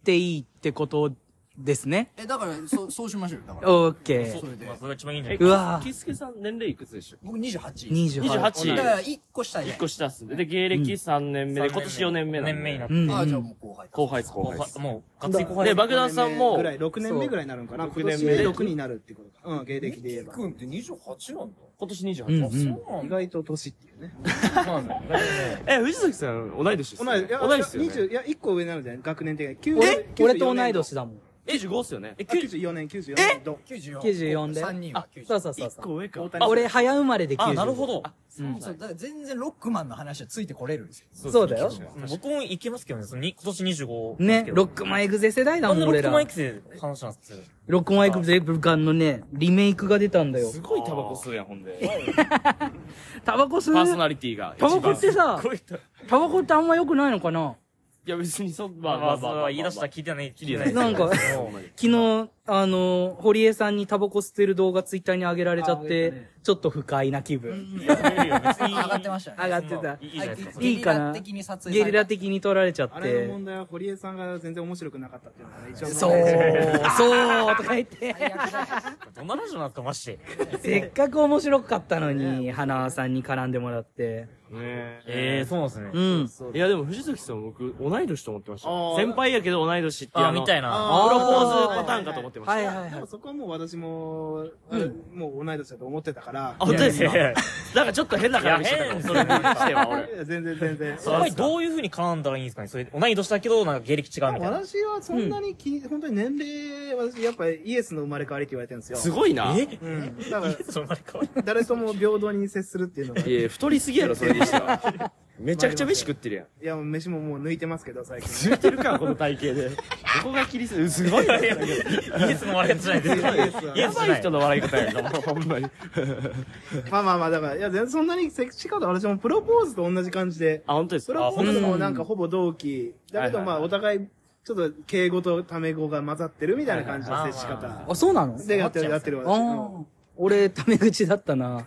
S2: ていいってことですね。
S6: え、だから、そう、そうしましょうよ。だから。
S2: オーケー。
S4: まあ、それが一番いいんじゃな
S3: え
S2: う
S4: い
S2: んわぁ
S3: キスケさん年齢いくつでしょ
S6: 僕28。
S2: 28。
S6: だから、
S3: ?28。
S6: 1個下や
S3: 1。個下っすね。で、芸歴3年目で、今年4年目なんで。
S4: 年目にな
S2: う
S4: って。
S2: ん。
S6: ああ、じゃあもう後輩だ。
S3: 後輩です、後
S4: 後
S3: 輩で
S4: 輩
S3: す。
S4: もう、ガッツリ後輩で
S3: で、
S4: す。
S3: 爆弾さんも
S1: ぐ、らい、6年目ぐらいになるんかな。
S3: そう
S1: 6年目で6になるってことか。うん、芸歴で言えば。
S3: 今年28
S2: うんう
S3: です。
S2: ん。
S1: 意外と年っていうね。
S3: え、藤崎さん、同い年です
S1: 同い
S3: よね。
S1: 年、いや、
S3: 同い年ですよ
S1: 20、
S3: ね。
S1: いや、1個上なので、学年的に。9
S2: 俺俺と同い。年だもん。
S3: 95っすよね。
S1: え、94年、94年。ど
S6: 94
S2: 94で。
S6: 3人
S2: あ
S6: は、94
S2: そうそうそうそう。
S3: 上か
S1: 大谷
S2: あ、俺、早生まれで95。
S3: あ、なるほど。
S2: うん。
S6: そうだから全然ロックマンの話はついてこれるんですよ
S2: そうだよ。
S4: うん僕もいけますけどね、そのに今年25。
S2: ね、ロックマンエグゼ世代だも
S4: あん
S2: ん、
S4: な
S2: 俺
S4: 6
S2: ら。
S4: 万いくつで話なんですよ。
S2: ロックマンエグゼガンのね、リメイクが出たんだよ。
S3: すごいタバコ吸うやん、ほんで。
S2: タバコ吸
S3: パーソ
S2: う
S3: ナリティが。
S2: タバコってさ
S3: 一番すごいとい
S2: タバコってあんま良くないのかな
S3: や、別にそ、ま
S4: まあ
S3: あ
S4: まあ、
S3: まあ
S4: そ
S3: ま
S4: れ
S3: あ。
S4: は言い出した
S3: ま
S4: ら聞いてない、聞いてないです
S2: なんか、
S3: あまあ
S2: 昨日、あの、堀江さんにタバコ吸ってる動画ツイッターに上げられちゃって、ちょっと不快な気分。
S6: 上がってました
S2: 上
S6: ね
S2: がってた。
S4: いいじゃないですか。
S2: いいかな
S6: ゲリラ的に撮影され
S2: ゲ
S6: た
S2: リラ的に撮られちゃっ
S1: あれ
S2: て
S1: の。問題は堀江さんが全然面白くなかったっていうのが一応
S2: そう、そう、とか言って。
S4: どんなラジオなんですか、マジで。
S2: せっかく面白かったのに、花輪さんに絡んでもらって。
S4: ええ、そうなんですね。
S2: うん。
S3: いや、でも藤崎さん僕、同い年と思ってました
S1: あー。
S3: 先輩やけど同い年っていう
S4: あ、
S3: あの
S4: みたいな。
S1: あー
S3: プロポーズパターンかと思ってました。
S2: はいはい
S1: で
S2: はい
S1: も。そこはもう私も、あれもう同い年だと思ってたから。
S3: あ、本当ですかなんかちょっと変な絡みしてたかも。それにしては俺。
S1: いや全然全然。
S4: やっぱりどういう風に絡んだらいいんですかねそれ、同い年だけど、なんか芸歴違うみたいな。
S1: 私はそんなに気に、本当に年齢、私やっぱイエスの生まれ変わりって言われてるんですよ。
S3: すごいな。い
S1: うん。だから、
S4: その前かわいい。
S1: 誰とも平等に接するっていうのが。い
S3: や、太りすぎやろ、それにしては。めちゃくちゃ飯食ってるやん。
S1: や、もう飯ももう抜いてますけど、最近。
S3: 抜いてるか、この体型で。ここが切りす、すごいな。
S4: イエスの笑い方じゃないですか。イエスじ
S3: や
S4: ゃ
S3: ば
S4: ないい
S3: 人。の笑い方やんか、もうほんまに。
S1: まあまあまあ、だから、いや、全然そんなにセクシーかと、私もプロポーズと同じ感じで。
S3: あ、本当です
S1: プ
S3: か
S1: ロポーズ
S2: う
S1: も
S2: ん
S1: なんかほぼ同期。だけど
S3: はい
S1: ま
S3: は
S1: あ、
S3: いはい
S1: お互い、ちょっと敬語とタメ語が混ざってるみたいな感じの接し
S4: はいはいはい
S1: 方。
S2: あ、そうなの
S1: で、やってる、やってる
S2: あ
S1: 私。うん
S2: ー俺、タメ口だった な。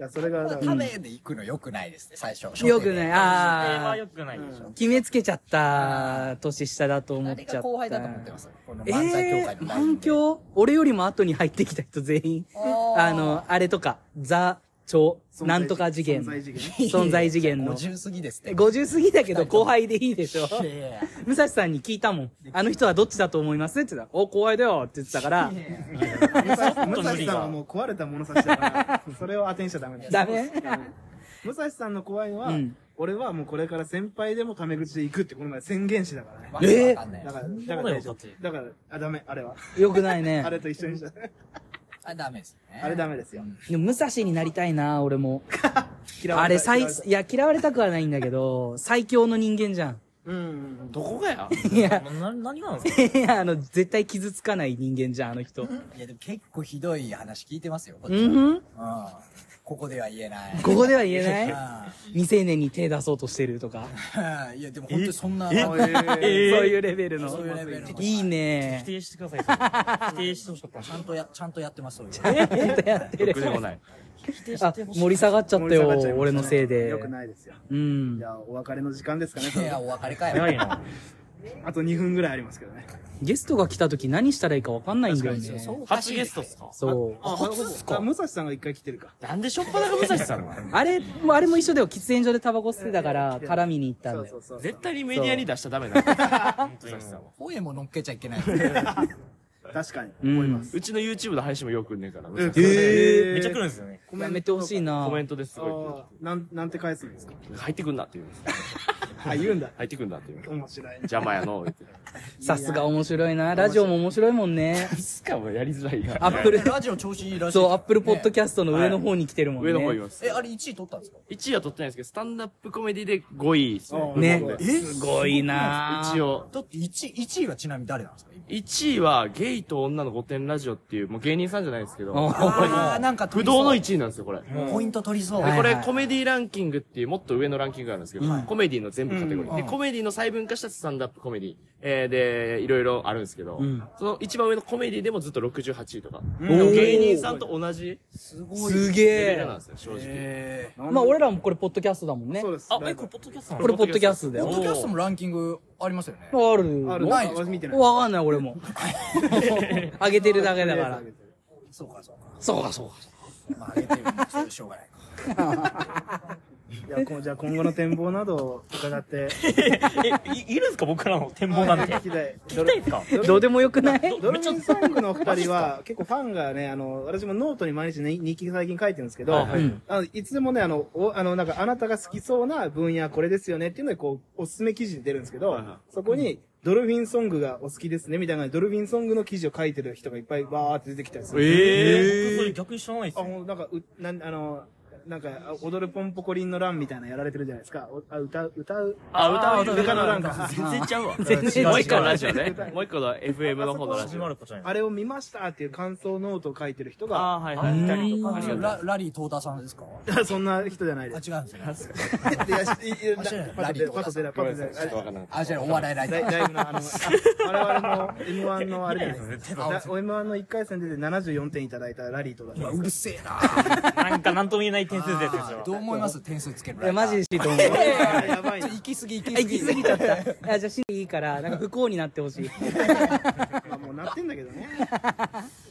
S1: いや、それが、だから
S6: タメで行くの良くないですね最初
S2: よくね、
S4: えーま
S2: あ
S4: あ
S2: ー
S4: よくないでしょ。
S2: 決めつけちゃった、年下だと思っ
S6: 誰
S2: ちゃ
S6: が
S2: った。
S6: 後輩だと思ってますこの
S2: え
S6: 漫才協会
S2: ー
S6: のライン
S2: 反
S6: で
S2: 響俺よりも後に入ってきた人全員。
S6: ー
S2: あの、あれとか、ザ、超、なんとか次元
S1: 存。在次元。
S2: 存在次元の。
S6: 50過ぎですって
S2: 50過ぎだけど後輩でいいでしょ
S6: いやいやいや
S2: 武蔵さんに聞いたもん。あの人はどっちだと思いますって言ったら、お、後輩だよって言ってたから、
S1: 武蔵武
S4: 無理が
S1: 蔵さんはもう壊れた物差しだから、 それを当てにしちゃダメだ
S2: ダメ
S1: 武蔵さんの怖いのは、
S2: うん
S1: 俺はもうこれから先輩でもタメ口で行くってこの前宣言しだからね。
S6: わけわかんない
S1: だから、だから
S4: だよ
S1: 大丈夫
S4: だって
S1: だから、あ、ダメ、あれは。
S2: よくないね
S1: あ。れと一緒にした。
S6: あダメですね
S1: あれダメですよ。
S2: でも武蔵になりたいな、俺も。
S1: 嫌わ
S2: あれ
S1: た
S2: 最、
S1: 嫌
S2: い
S1: わた
S2: や、嫌われたくはないんだけど、最強の人間じゃん。
S1: うんうん
S3: どこがや
S2: いや、
S4: な、何がなんですか
S2: いやあの、絶対傷つかない人間じゃん、あの人。
S6: いやでも結構ひどい話聞いてますよこっち
S2: う
S6: は
S2: んふん
S6: うんここでは言えない
S2: ここでは言え
S6: うん
S2: ない未成年に手出そうとしてるとか、
S6: いやでも本当にそんな
S1: うん。
S2: そういうレベルの
S6: そういうレベルの。
S2: いいね
S4: 否定してください。否定してほしかった。
S6: ちゃんとやちゃんとやってますそういう
S2: え本当やって
S3: ろ
S2: る
S3: くでもない。
S2: あ盛り下がっちゃったよ俺のせいで
S1: よくないですよ。
S2: うん
S1: じゃあ、お別れの時間ですかね。
S6: いやお別れか
S4: 早い
S6: よ
S4: な。
S1: あと2分ぐらいありますけどね。
S2: ゲストが来た時何したらいいか分かんないんだよね
S3: 初ゲストっすか
S2: そう
S1: あ、初っすか武蔵さんが一回来てるか。
S3: なんでしょっぱなが武蔵さんは
S2: あれもあれも一緒だよ喫煙所でタバコ吸ってたから絡みに行ったん
S1: そう
S2: だ
S1: そ
S2: よ
S1: うそう。
S3: 絶対にメディアに出しちゃダメなの。武蔵さんは
S6: 声も乗っけちゃいけない
S1: 確かに、思います。
S3: うちの YouTube の配信もよくねえから、武
S1: うん
S3: 蔵
S1: え
S3: さん
S1: ー
S4: めっちゃ来るんですよね。
S1: コメン
S2: や
S1: ト
S2: めてほしいな
S3: コメントですご
S1: あーなん、なんて返すんですか
S3: い。入ってくんなって言うんです。
S1: あ、言うんだ。
S3: 入ってくんなって言うんです。
S1: 面白いね。
S3: 邪魔やの。言って
S2: さすが面白いなラジオも面白いもんね
S3: しかもやりづらいな。
S2: アップル
S6: ラジオ調子いいらしい
S2: そうアップルポッド
S6: ね
S2: キャストの上の方に来てるもんね
S3: 上の方います。
S6: えあれ1位取ったんですか
S3: 1位は取ってないですけど、スタンダップコメディで5位ですね。
S2: ね
S1: え
S2: すごいな
S3: 一応。
S6: だって1位1位はちなみに誰なんですか今
S3: 1位は、ゲイと女の御殿ラジオっていう、もう芸人さんじゃないですけ
S2: お
S3: ど、
S2: ー
S6: あーなんか
S3: 不
S6: 取りそう
S3: 動の1位なんですよ、これ。で、
S6: ポイント取りそう
S2: はい
S3: これ、コメディランキングっていう、もっと上のランキングがあるんですけど、コメディの全部カテゴリー。で、コメディの細分化したスタンダップコメディ。えー、で、いろいろあるんですけど、その一番上のコメディでもずっと68位とか。でも芸人さんと同じ
S2: すげ
S3: レベル
S2: え
S3: なんですよ、正直。
S2: まあ俺らもこれポッドキャストだもんね
S1: そうです。
S4: あ、
S1: ラ
S4: え、
S1: イ
S4: こ
S1: ブ
S4: れポッドキャストな
S2: こ
S4: の
S2: れポッドキャストだ
S6: ポッ
S2: よ
S6: ドキャストもランキングありますよね
S2: ある
S1: ある。
S6: ない
S1: 私見てない。
S2: わかんない、俺も。あげてるだけだから。
S6: そうかそう
S2: そうか、そうか。
S6: かまあ上げてるのはちょっ としょうがないか
S1: いやこうじゃあ今後の展望などを伺 って、
S4: え、いいるんですか僕らの展 望なんて。
S1: 聞きたい。
S4: 聞きたいですか
S2: どうでもよくない
S1: ドルフィンソングのお二人は、結構ファンがね、あの、私もノートに毎日、ね、日記最近書いてるんですけど、
S3: はいはい
S1: うんあのいつでもね、あの、おあの、なんか、あなたが好きそうな分野これですよねっていうので、こう、おすすめ記事に出るんですけど、
S3: いはい
S1: そこに、ドルフィンソングがお好きですね、みたいな感じでドルフィンソングの記事を書いてる人がいっぱいバーって出てきたりする。
S4: えー、僕それ逆に知らないです
S1: あ、
S4: よ。
S1: もうなんか、う、なん、あの、なんか、あ踊るポンポコリンの欄みたいなのやられてるじゃないですか。おあ、歌う、歌う。
S3: あ、歌う、
S1: ルカの欄
S3: 歌う
S1: か。
S4: 全然ちゃう わ。
S2: 全然
S3: もう
S2: 違
S3: 一個のラジオね。もう一個の FM の方のラ
S4: 始
S3: ジ
S4: ま
S3: オ。
S4: るこちゃん。
S1: あれを見ましたっていう感想ノートを書いてる人が、
S4: あー、はいはい。
S2: う
S4: うんん
S6: あのララリー東田さんですかあ、
S1: そんな人じゃないです。
S6: 違うんですね。
S1: いやしいいや
S6: あ知らない
S1: パッと出るパッと出るパッと出るあれ
S6: あ、じゃあお笑いライタ
S1: ライ
S6: ー。
S1: ライブのあの、我々の M1 のあれじゃないですか。だ M1 の1回戦出て74点いただいたラリーとか。
S6: うわうるせえな
S4: なんかなんとも言えない点数ですよ、それは
S6: どう思います点数つける
S2: いや、マジでシート思う。
S1: やばい
S6: ち
S1: な
S6: ょっと行き過ぎ行
S2: 行
S6: き
S2: き
S6: 過
S2: 過
S6: ぎ
S2: ぎちゃった。いやじゃあ、シーいいから、なんか不幸になってほしい。
S1: まあもうなってんだけどね。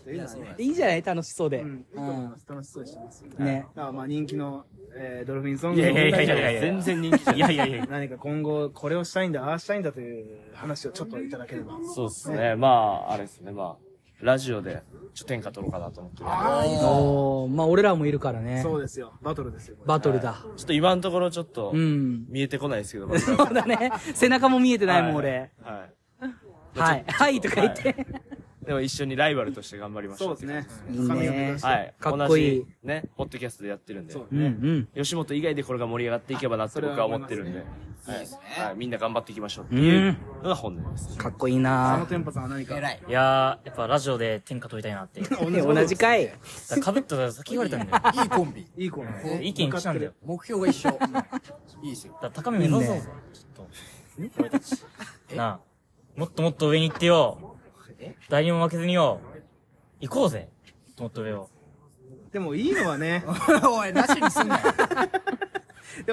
S1: というのはね
S2: いいじゃない楽しそうで
S1: う。ん、いいと思います。楽しそうにしてますよ。
S2: ね。
S1: だからまあ人気の、えードルフィンソン
S4: い
S1: グ
S4: や
S1: の
S4: いやいやいやいや。
S3: 全然
S4: 人気じゃない。いやいやいや。
S1: 何か今後これをしたいんだ、ああしたいんだという話をちょっといただければ。
S3: そうですね。まあ、あれですね。まあ、ラジオで、ちょ、天下取ろうかなと思ってる。
S1: ああ、いいぞ。
S2: おー、まあ俺らもいるからね。
S1: そうですよ。バトルですよ。これ
S2: バトルだ。
S3: ちょっと今のところちょっと
S2: う、ん。
S3: 見えてこないですけど、
S2: そうだね。背中も見えてないもん、俺。
S3: は
S2: はい。はい、とか言って。
S3: い。でも一緒にライバルとして頑張りまし
S1: そ
S3: ょ
S1: う
S3: う。
S1: です。ね。
S2: いい
S1: 高みを目指
S2: ね
S1: し。て
S3: はい。
S2: かっこいい
S3: 同じね、ポッドキャストでやってるんで
S1: そ。う
S2: うんう
S1: ね。
S2: ん。
S3: 吉本以外でこれが盛り上がっていけばなって
S1: それは
S3: 僕は思ってるんで。
S1: 思い
S3: はい。はいみんな頑張っていきましょうって
S2: う
S3: い
S2: ん
S3: うのが本音です。
S2: かっこい
S1: あ
S2: い
S1: の
S2: な
S1: テンパさんは何か。
S6: 偉い。
S4: いやー、やっぱラジオで天下取りたいなって。だか
S2: ね同じかい。
S4: ら被ったから先言われたんだよ。
S6: いいコンビ。
S1: いい子なのね
S4: 意見一緒なんだよ。
S6: 目標が一緒。いいですよ。
S4: だから高め目指そうぜ。ちょっと。俺たち。なあ。もっともっと上に行ってよ。誰にも負けずによ。行こうぜ。もっともっと上を。
S1: でもいいのはね。
S6: おい、なしにすんなよ。
S1: でもいい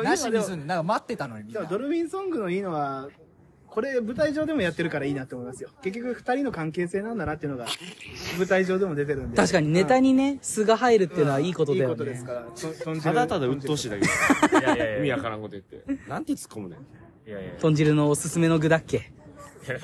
S6: な
S1: の
S6: し
S1: はで
S6: に
S1: も
S6: すんなよ。なんか待ってたのにみん
S1: で
S6: な
S1: も。ドルフィンソングのいいのは、これ舞台上でもやってるからいいなって思いますよ。結局二人の関係性なんだなっていうのが、舞台上でも出てるんで。
S2: 確かにネタ
S1: に
S2: にね、素が入るっていうのはいいことだ
S1: いい
S2: よ
S1: ことです
S2: ね
S1: か。ら。と豚汁
S3: ただただ鬱陶しいだけです。
S4: いやいや
S3: 意
S4: い
S3: 味
S4: や。
S3: わからんこと言って。なんて突っ込むねん。
S4: いやいやい
S2: 豚汁のおすすめの具だっけ。
S4: や。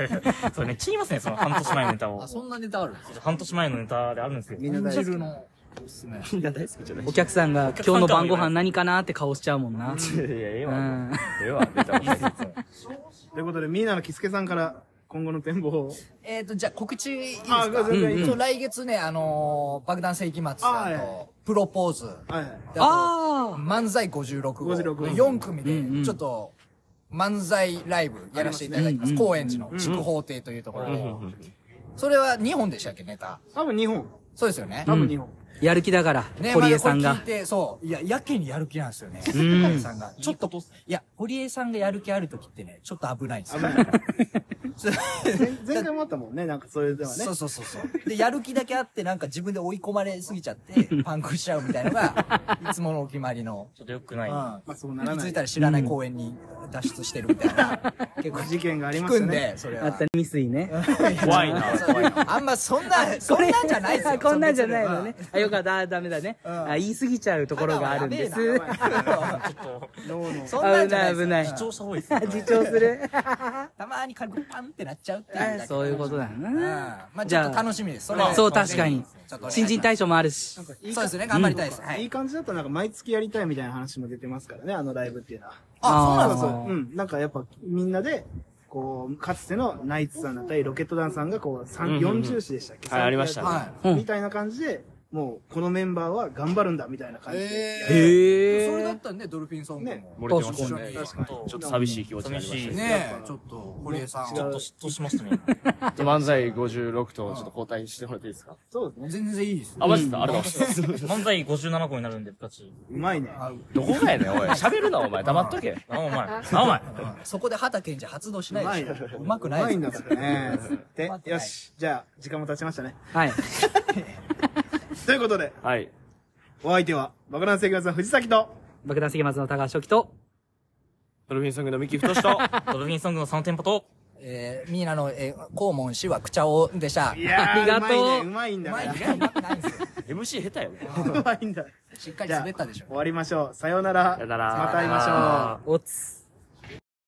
S4: そうね、聞きますね、その半年前のネタを
S6: あ、。そんなネタあるんです
S4: 半年前のネタであるんですけど。
S1: みんな大好き
S6: 汁。のおすすめ。
S3: みんな大好きじゃない
S2: お客さんが今日の晩ご飯何かなって顔しちゃうもんな。
S3: いやいや、ええ
S2: う
S3: わ。
S2: ん。
S3: ええわ、ネタもないです
S1: ということで、ミーナのキスケさんから今後の展望を。
S6: えっと、じゃあ告知いいです
S1: あ
S6: か
S1: 全然いい
S2: うんうん
S6: そう来月ね、あのー、爆弾世紀末と
S1: あ
S6: あ
S1: は
S6: と、プロポーズ。
S1: はいはい。
S6: であと
S2: あ
S6: 漫才56号。
S1: 56号
S6: 4組
S2: うんうん
S6: で、ちょっと、漫才ライブやらせていただきま
S2: あります
S6: す。
S2: ね
S6: 高円寺の筑宝亭というところで。それは2本でしたっけ、ネタ。
S1: 多分日本。
S6: そうですよね。
S1: 多分日本。
S2: ーやる気だから、
S6: ね、
S2: 堀江さん
S6: ま
S2: が
S6: だこ。れ聞いて、そう。いや、やけにやる気なんですよね。
S2: ん
S6: 堀江さんが。ちょっと、いや、堀江さんがやる気あるときってね、ちょっと危ないんですよ。
S1: 前前回もあったもんね、なんかそれではね
S6: そ。うそうそうそう。で、やる気だけあって、なんか自分で追い込まれすぎちゃ って、パンクしちゃうみたいのが、いつものお決まりの。
S4: ちょっと良くない。
S6: ま
S1: まあそうな
S6: 気
S1: らな
S6: づい
S1: い
S6: た。ら知らない公園に脱出してるみたいな。結構
S1: 事件があり
S6: 聞
S1: ま
S6: く
S1: した
S6: ん
S1: ね。
S6: で、それ
S2: あっ
S6: は
S2: た。未遂ね。
S3: 怖いな。
S6: あんまそんな、そんなんじゃないですよ。
S2: こんなんじゃないのね。あ、よかった。あダメだね。
S6: ん
S2: あ、言い過ぎちゃうところがあるんです。
S6: 肌はやべえな
S2: 危
S1: 脳の。
S6: そ んなんじゃ
S2: な
S6: ない
S2: い
S6: です
S2: 危な
S6: よ。
S2: い。
S4: 主張した方がいいですよ。
S2: 自重する。
S6: たまに軽くパンってなっちゃうっていうだけ
S2: あそういうことだ
S6: うん
S2: な。
S6: まあちょっと楽しみです。それ
S2: そう、確かに
S6: ちょっと。ね
S2: 新人大賞もあるし。
S6: そうですね、頑張りたいです。はい
S1: い
S6: い。
S1: 感じだったらなんか毎月やりたいみたいな話も出てますからね、あのライブっていうのは。
S6: あ、
S2: あー
S6: そうなんで
S1: うん。なんかやっぱみんなで、こう、かつてのナイツさんだったり、ロケット団さんがこう、
S3: うん
S1: 三
S3: うんうん
S1: 四重視でしたっけ
S3: はいありました
S6: すかは
S2: うん
S1: みたいな感じで、もうこのメンバーは頑張るんだみたいな感
S6: い。
S1: じで。
S6: え
S2: へ
S6: それだったんで、ドルフィンソングも。
S3: 漏れてましたね。
S1: 確かに。
S3: ちょっと寂しい気持ちになりまし
S4: 寂
S3: た
S4: し
S3: ね
S4: い。
S6: ねえ、ちょっと、堀江さん。
S1: 違う
S4: 嫉妬しましたね。
S3: ちょっと漫才56とちょっと交代してもらっていいですか
S1: そうですね。
S6: 全然いいです。
S3: あ、マジですかありがとうございます。
S4: 漫才57個になるんで、ガチ。
S1: うまいね。
S3: どこがやねん、おい。喋るな、お前。黙っとけ。
S4: なお前。なお前。
S6: そこで畑健二発動しないでしょ。
S1: う
S6: うまくな
S1: うまい
S6: い
S1: んだ
S6: で
S1: か
S6: す。
S1: らね。で
S6: うまく、ない
S1: よし。じゃあ、時間も経ちましたね。
S2: はい。
S1: ということで、
S3: はい。
S1: お相手は、爆弾生活の藤崎と、
S2: 爆弾関松の高橋初期と、
S3: ドルフィンソングの三木太 志と、
S4: ドルフィンソングの3店舗と、
S6: えー、ミーナの、えー、肛門氏は口調でした。
S1: いや
S2: ありがとう
S1: うまいね。うまいんだから。
S6: うまいね。うまくないんですよ。
S3: MC 下手よね。
S1: うまいんだ。
S6: しっかり滑ったでしょ
S1: 終。わりましょう。さようなら。
S3: よなら
S1: また会いましょう。
S2: おつ。